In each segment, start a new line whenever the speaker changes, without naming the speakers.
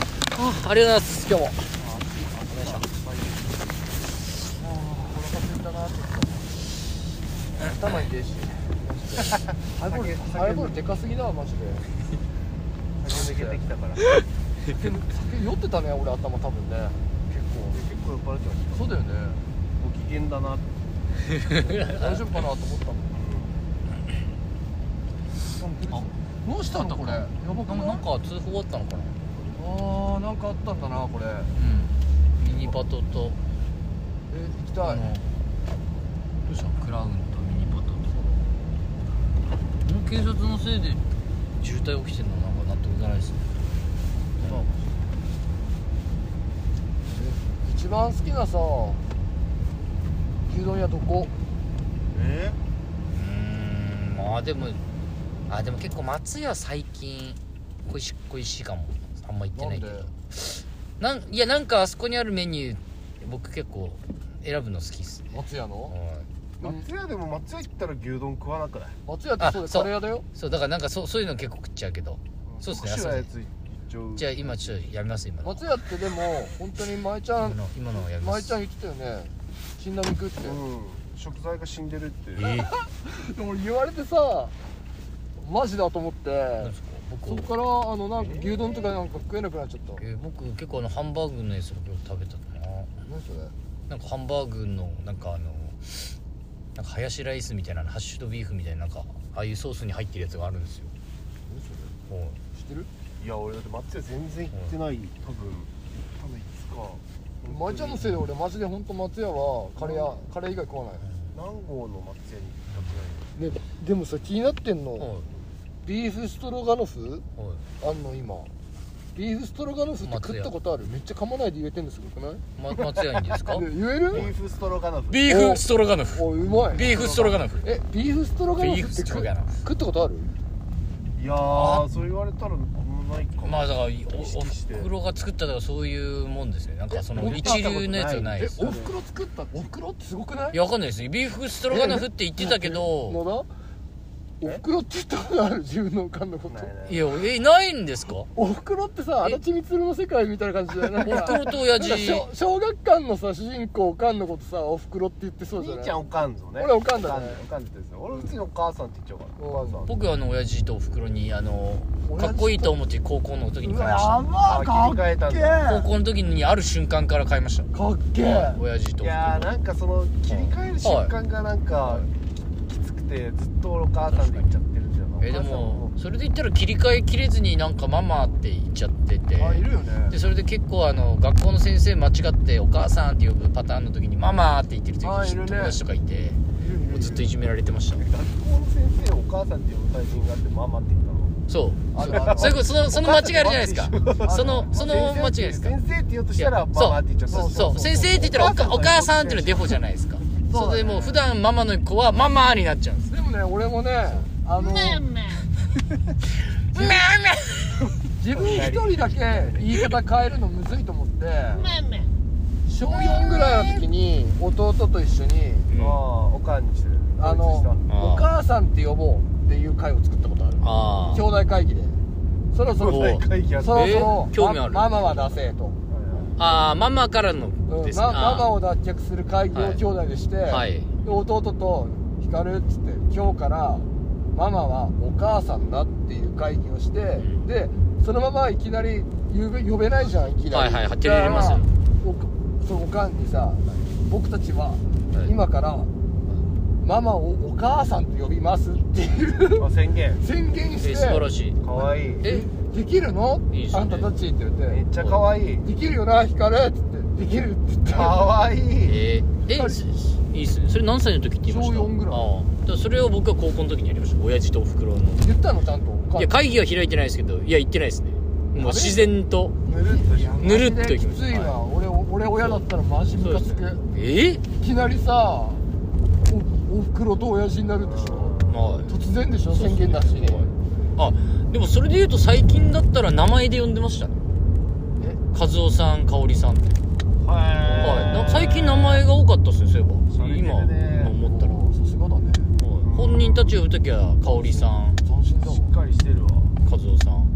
ありがとうございます今日も
頭痛いしハイボールハイボールでかすぎだわマジで
抜けてきたから結
酒酒酔ってたね俺頭多分ね結
構酔っ払ってまし
構そうだよね
たご機嫌だなって
大丈夫かなと思ったもんどうしたんだこれやばく
な
ない
んか通報あったのかな
あーなんかあったんだなこれえ
うんミニパトと
行きた
あ
い
のどうしたのクラウンとミニパトとこの警察のせいで渋滞起きてるのなんか納得いかないですね
一番好きなさ牛丼屋どこ
え
うーんまあでもあでも結構松屋最近恋し恋しいかもあんま行って
な
なんいけ
で
どなんいやなんかあそこにあるメニュー僕結構選ぶの好きっすね
松屋の
はい
松屋でも松屋行ったら牛丼食わなくない
松屋ってそう
あ
で
そう
カレー屋だよ
そうだからなんかそうそういうの結構食っちゃうけどそうっすね
白いやつ行っちゃう
じゃあ今ちょっとやめます今の
松屋ってでも本当に舞ちゃ
今
ん
の今のはやめま
舞
す
ちゃん言ってたよね死んだ肉って、
うん食材が死んでるって
えー
でも俺言われてさマジだと思って
なんですか
そ
僕
っからあのなんか牛丼とかなんか食えなくなっちゃった、
えー僕結構あのハンバーグのやつ僕食べたかな
何それ
なんかハンバーグのなんかあのなんかハヤシライスみたいなハッシュドビーフみたいななんかああいうソースに入ってるやつがあるんですよ
何そ
はい
れ知ってる
いや俺だって松屋全然行ってない多分多分いつか
舞ちゃんのせいで俺マジで本当松屋はカレー屋カレー以外食わない
何号の松屋に行
ねでもさ気になってんの、
はい
ビーフストロガノフ
は
あんの今ビーフストロガノフって食ったことあるめっちゃ噛まないで言えてんですごくない
い、ま、松屋にです か
ね言え
ったらいいビー
る
フストロガノフ
ビーフストロガノフ
おうまい
ビーフストロガノフ
えビーフストロガノフ
ビー
っ
フ
て
スト
食
ロガノフ
食ったことある
いやーそう言われたらないかも
まあだからお
意
お
識して
袋が作ったとかそういうもんですねなんかその
え
一流のやつはない
え
です
おふくろ作ったおふくろってすごくない
いやわかんないですビーフストロガノフって言ってたけど
野田おふくろって言ったことある自分のおかんのこと
ないない
いやえないんですかお
おふくろってさ
え
足立光の世界みたいな感じじゃない
ふくろと親
なんか
父
小小学館のさ主人公おかんのことさおふくろって言ってそうじゃない
兄ちゃんおかんぞね
俺おかんだね
おかんって言ってたよ俺うちのお母さんって言っちゃうから
うん
お母さん
僕はあの親父とおふくろにあの
親父と
かっこいいと思って高校の時に買いました
ばかっけえ
高校の時にある瞬間から買いました
かっけえ
はい親父と
い
おふ
やー
くろ
なんかその切り替える瞬間がなんかききつくてずっと俺お母さんで言っちゃってるんだよな
えで
お母さん
もそれで言ったら切り替えきれずになんかママって言っちゃってて
あいるよね
でそれで結構あの学校の先生間違って「お母さん」って呼ぶパターンの時に「ママ」って言ってる時
あいる
友
ね
達とかいて
いるいるい
も
る
うずっといじめられてました
学校の先生をお母さんって呼ぶタイミングがあってママって言ったの
そう
あるある
それこそのその間違いあるじゃないですか
る
そのその間違いですか
先生って言おうとしたら
いや
ママって言っちゃった
そうそう先生って言ったらおかお母さんっていうのはデフォじゃないですか
そう
そ
だね
れでもう普段ママの子はママになっちゃうんです
でもね俺もねあの
ママ
自分一人だけ言い方変えるのむずいと思って小4ぐらいの時に弟と一緒に
ああおかんにしてる
あの
あー
お母さんって呼ぼうっていう会を作ったことある
あ
兄弟会議でそろそろ
おう
大会議やって
そろそろ
えー興味ある
まママは出せと、
ああママから
う
の
ん
です
まママ
あ
を脱却する会議を兄弟でして、
ーはい
で弟と「光る」っつって今日からママはお母さんだっていう会議をして、
ん
でそのままいきなり呼べ呼べないじゃんいきなり
はいはいテレビ入れますよ
だからおそのおかんにさ、僕たちは
はい
今からママをお母さんと呼びますっていう
あ宣言
宣言
え
して
素晴らしい
かわいい
え
できるの
いいですね
あんたたちって言っ
め
て
っちゃかわいい
できるよな光るっつってできるって言って
かわいい
えーえいいっすねそれ何歳の時って言いました
小四ぐらい
あーだからそれを僕は高校の時にやりました親父とおふくろの
言ったのちゃんとお母
いや会議は開いてないですけどいや行ってないですねもう自然と
ぬるっとし
ぬるっとい
き
きまし
つ
た
いわ、俺俺親だったらマジムカつく、
え
いきなりさおおふくろと親父になるんでしょ
はい
突然でしょ宣言なしに
あでもそれで言うと最近だったら名前で呼んでましたね和夫さん香織さんって、はいな
は
最近名前が多かったっすねそうい
されて
え
る
ば
ね
今今思ったら、はい
さすがだね
本人たち呼ぶ時は香織さん
斬新だ
し
わ
っかりしてるわ
和夫さん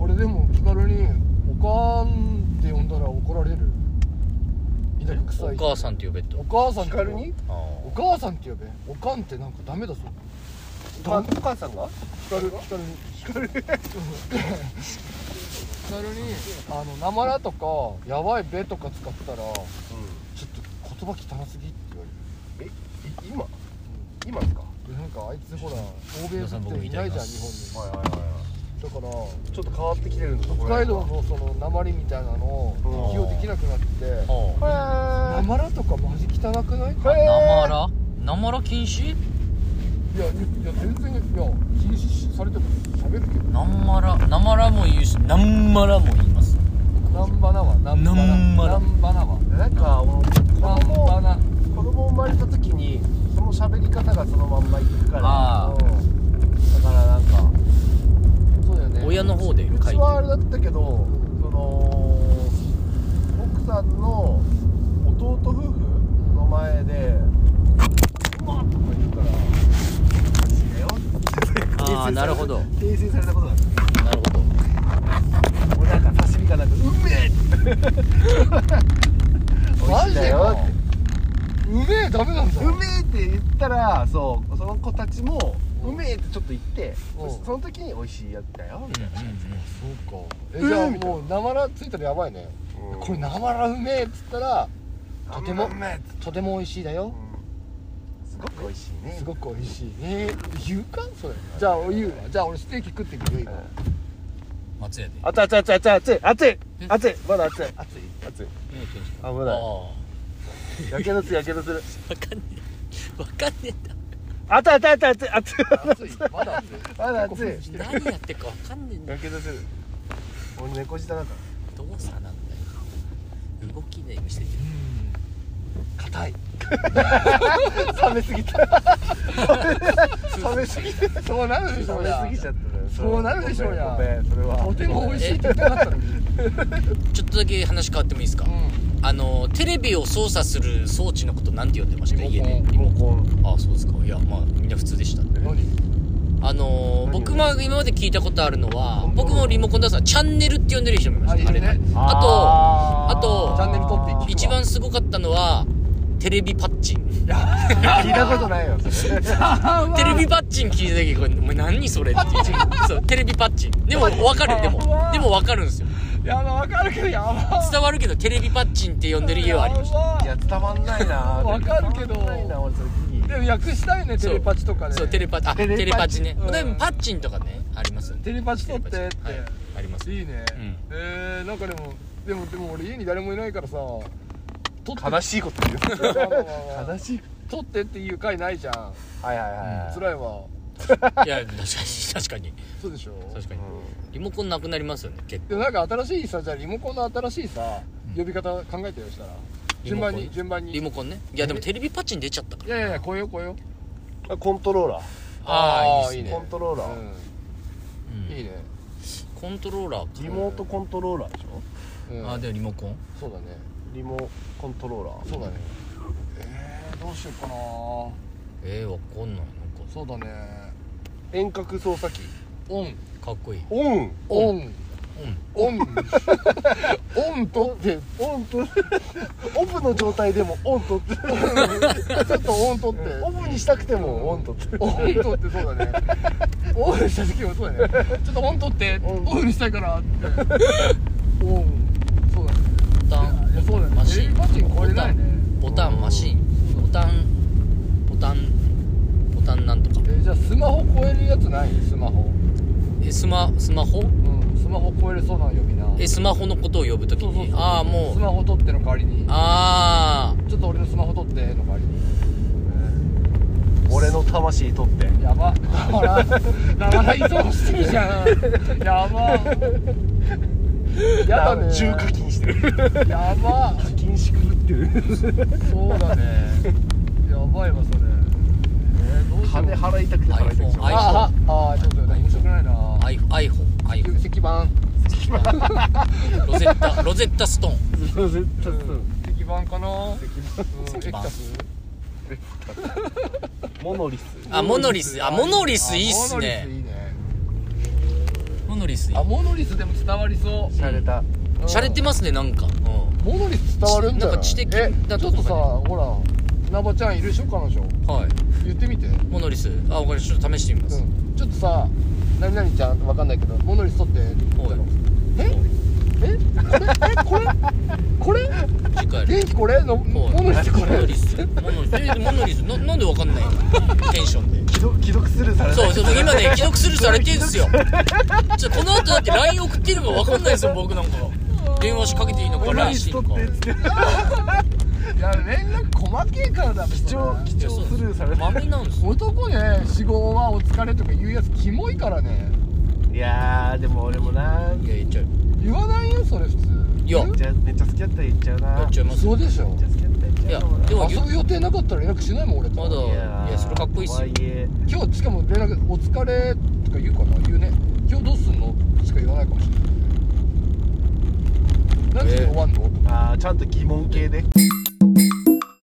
俺でも気軽に「おかん左臭
お
い
母さんって呼べって
お母さんって呼べ
光に
あ
お母さんって呼べおかんってなんかダメだそう
お母お母さんが
光光に光にあのなまらとかやばいべとか使ったらちょっと言葉汚すぎって言わ
えい今今ですか
れるなんかあいつほら欧米
皆さん
人っていないじゃん日本
はい
に
はいはいは
だから
いちょっと変わってきてるんだ
北海道のそのなまりみたいなのを
うん
利用できなくなって
あ
な
は
まらとかマジ汚くない
いはい
なまらなまら禁止
いやいや全然いや禁止されても喋るけど
なんまらなまらも言うしなんまらも言います
なんばなはなんばな
なんばな
なんばなは
なんかもう子
なんば
供
な
子供生まれた時にその喋り方がそのまんまいくから
あー
うんだからなんか
そうだよね
親の方で
う
書い
ち
て
はあれだったけどその奥さんの弟夫婦の前で「うまっ!」とか言うから「死ねよ」
ああなるほど
訂正されたことがある
なるほど
俺なんか刺身かなんか「うめえ!」
マジ
美味しいんだ
で
よ
かうめえダメなんだ
うめえって言ったらそうその子たちもうめえってちょっと言って
うん
その時に美味しいやつだよみたいな
そうかえ
うん
じゃあ
みたい
もうなまらついたらやばいね
うん
これなまらうめえっつったらとても
あんまうめえっつって
とても美味しいだよ
うんすごく美味しいね
すごく美味しいね言うかそれじゃあ言うわじゃあ俺ステーキ食ってくるよ今
松屋で
熱い熱い熱い熱い熱い
え
熱いまだ熱い熱い熱い危
あ
ないやけどするやけどする
分かんねえ分かんね
熱い熱い熱い熱い熱い
熱いまだ熱い
まだ熱い
えんだ何やってるか分かんねえんだ
やけどする俺猫舌だか
動作なんだよ動きで見せてる
硬い
ら冷めすぎた冷めすぎた
そうなるでしょ
冷
う
め
や
すぎちゃったね
そうなるでしょうや
ごめんごめんそれは
とても美味しいって言ってなかったのに
ちょっとだけ話変わってもいいですか、あのテレビを操作する装置のことなんて呼んでました
リ
家
モコン
で
リモコン
ああそうですかいやまあみんな普通でした
何
あのー
何
僕も今まで聞いたことあるのは
本当
僕もリモコン出すのはチャンネルって呼んでる人もいました
あいるね
あれあとあと
チャンネル取ってい
一番すごかったのはテレビパッチン
聞いたことないよそ れ
テレビパッチン聞いた時これお前何それって言ってそうテレビパッチンでも分かるでもでも分かるんですよ
いやまあわかるけどやば
伝わるけどテレビパッチンって呼んでる家はありました
た
いや伝わんないな
わかるけど
伝わんないな俺それ聞い
でも訳したいねテレパチとかね
そうテレパあ
テ
テ
レパチ
レパチね、
うん
でもパッチンとかねありますよね
テレパチ取ってって、
はいあります
いいね、
うん
えー、なんかでもでもでも俺家に誰もいないからさ取って
悲しいこと言う
て
悲しい
取ってっていう回ないじゃん
はいはいはい
辛いわ
いや確かに確かに
そうでしょ
確かに
う
リモコンなくなりますよね結
でもなんか新しいさじゃあリモコンの新しいさ、
うん
呼び方考えてよしたら
構
順番に
リモ
順番
コン
に
リモコンねいやでもテレビパッチン出ちゃったか
いやいやいや来いよ来いよ
んあコントローラー
らああ
ー
いいです
コ
ね
ントローラー、
うん、
うん
いいね、
コントローラーか
リモートコントローラーでしょ
うん、
あでもリモコン
そうだね
リモコントローラー
そうだねえー、どうしようかな
えー、わかんないなんか
そうだね
遠隔操作機
オン
かっこいい
オン
オンオン オンとって
オンと オフの状態でもオン とって
ちょっとオンとって
オフにしたくてもオンとって
オンとってそうだねオンした時もそうだねちょっとオンとって
オン
オンにしたいからってオンそうだね
ボタン
いやそうだね
マシ
テレ
ン
ビパッチン超えれないね
ボタンボタンマシンボタンボタンボタンなんとか
えーじゃあスマホ超えるやつないスマホ
えスマスマホ
うんスマホ超えれそうな呼び名
えスマホのことを呼ぶとき
そうそう
に
そう
ああ
ス
もう
マホ取っての代わりに
あ
ちょっと俺のスマホ取っての代わりに
俺の魂取って
やばほらながら依存してるじゃんや ばやだね
重課金してる
やば
課金しくぐってる
そうだね やばいわそれえー、どうしよう
金払いたくて払いたくて
iPhone
あああそうだよね面白くないな
あ iPhoneiPhone
石板
ロゼッタロゼッタストーン
そう絶対そう
石板かな
石板
うんエキタス
モノリス
あモノリスあモノリスいいっ
あモ
す
ノリス
ね
いいね
モノリスいい
あモノリスでも伝わりそう
洒落た
洒落てますねなんかうん
物に伝わるんじゃない
なんか知的
え
な
ちょ
と
っ
ことかね
さほらなばちゃんいるでしょ彼女
はい
言ってみて
モノリスあわかりましたちょっと試してみます、
うんちょっとさ何々ちゃんわかんないけどモノリス取って
おい
ええこれえこれこれ
次回
元気これの
おい
モノリスこ
モノ
れ
リスモノリスえモノリスななんでわかんないのテンションで
既読既読スルーされた
そうそうそ う今ね既読スルーされてるんですよちょこの後だって LINE 送ってるかわかんないですよ僕なんか電話しかけていいのか
モノ
LINE
リ
し
ス
ていい
取
のか
ってっつって
いや連絡細けえからだ
貴重貴
いやそ
重
う
スルーされ
マ
た
ミなんですよ
男ね「死後はお疲れ」とか言うやつキモいからね
いやーでも俺もない
や言っちゃう
言わないよそれ普通
いや
言う
じゃあめっちゃ好きやったら言っちゃうな
やっちゃいます
そうでしょ
めっちゃ好きやったら言っちゃうかもない
やでも
遊ぶ予定なかったら連絡しないもん俺と
まだいやそれかっこいいっすよ
とはいえ
今日しかも連絡「お疲れ」とか言うかな言うね「今日どうすんの?」しか言わないかもしれない何時に終わんの、
あーちゃんと疑問系で、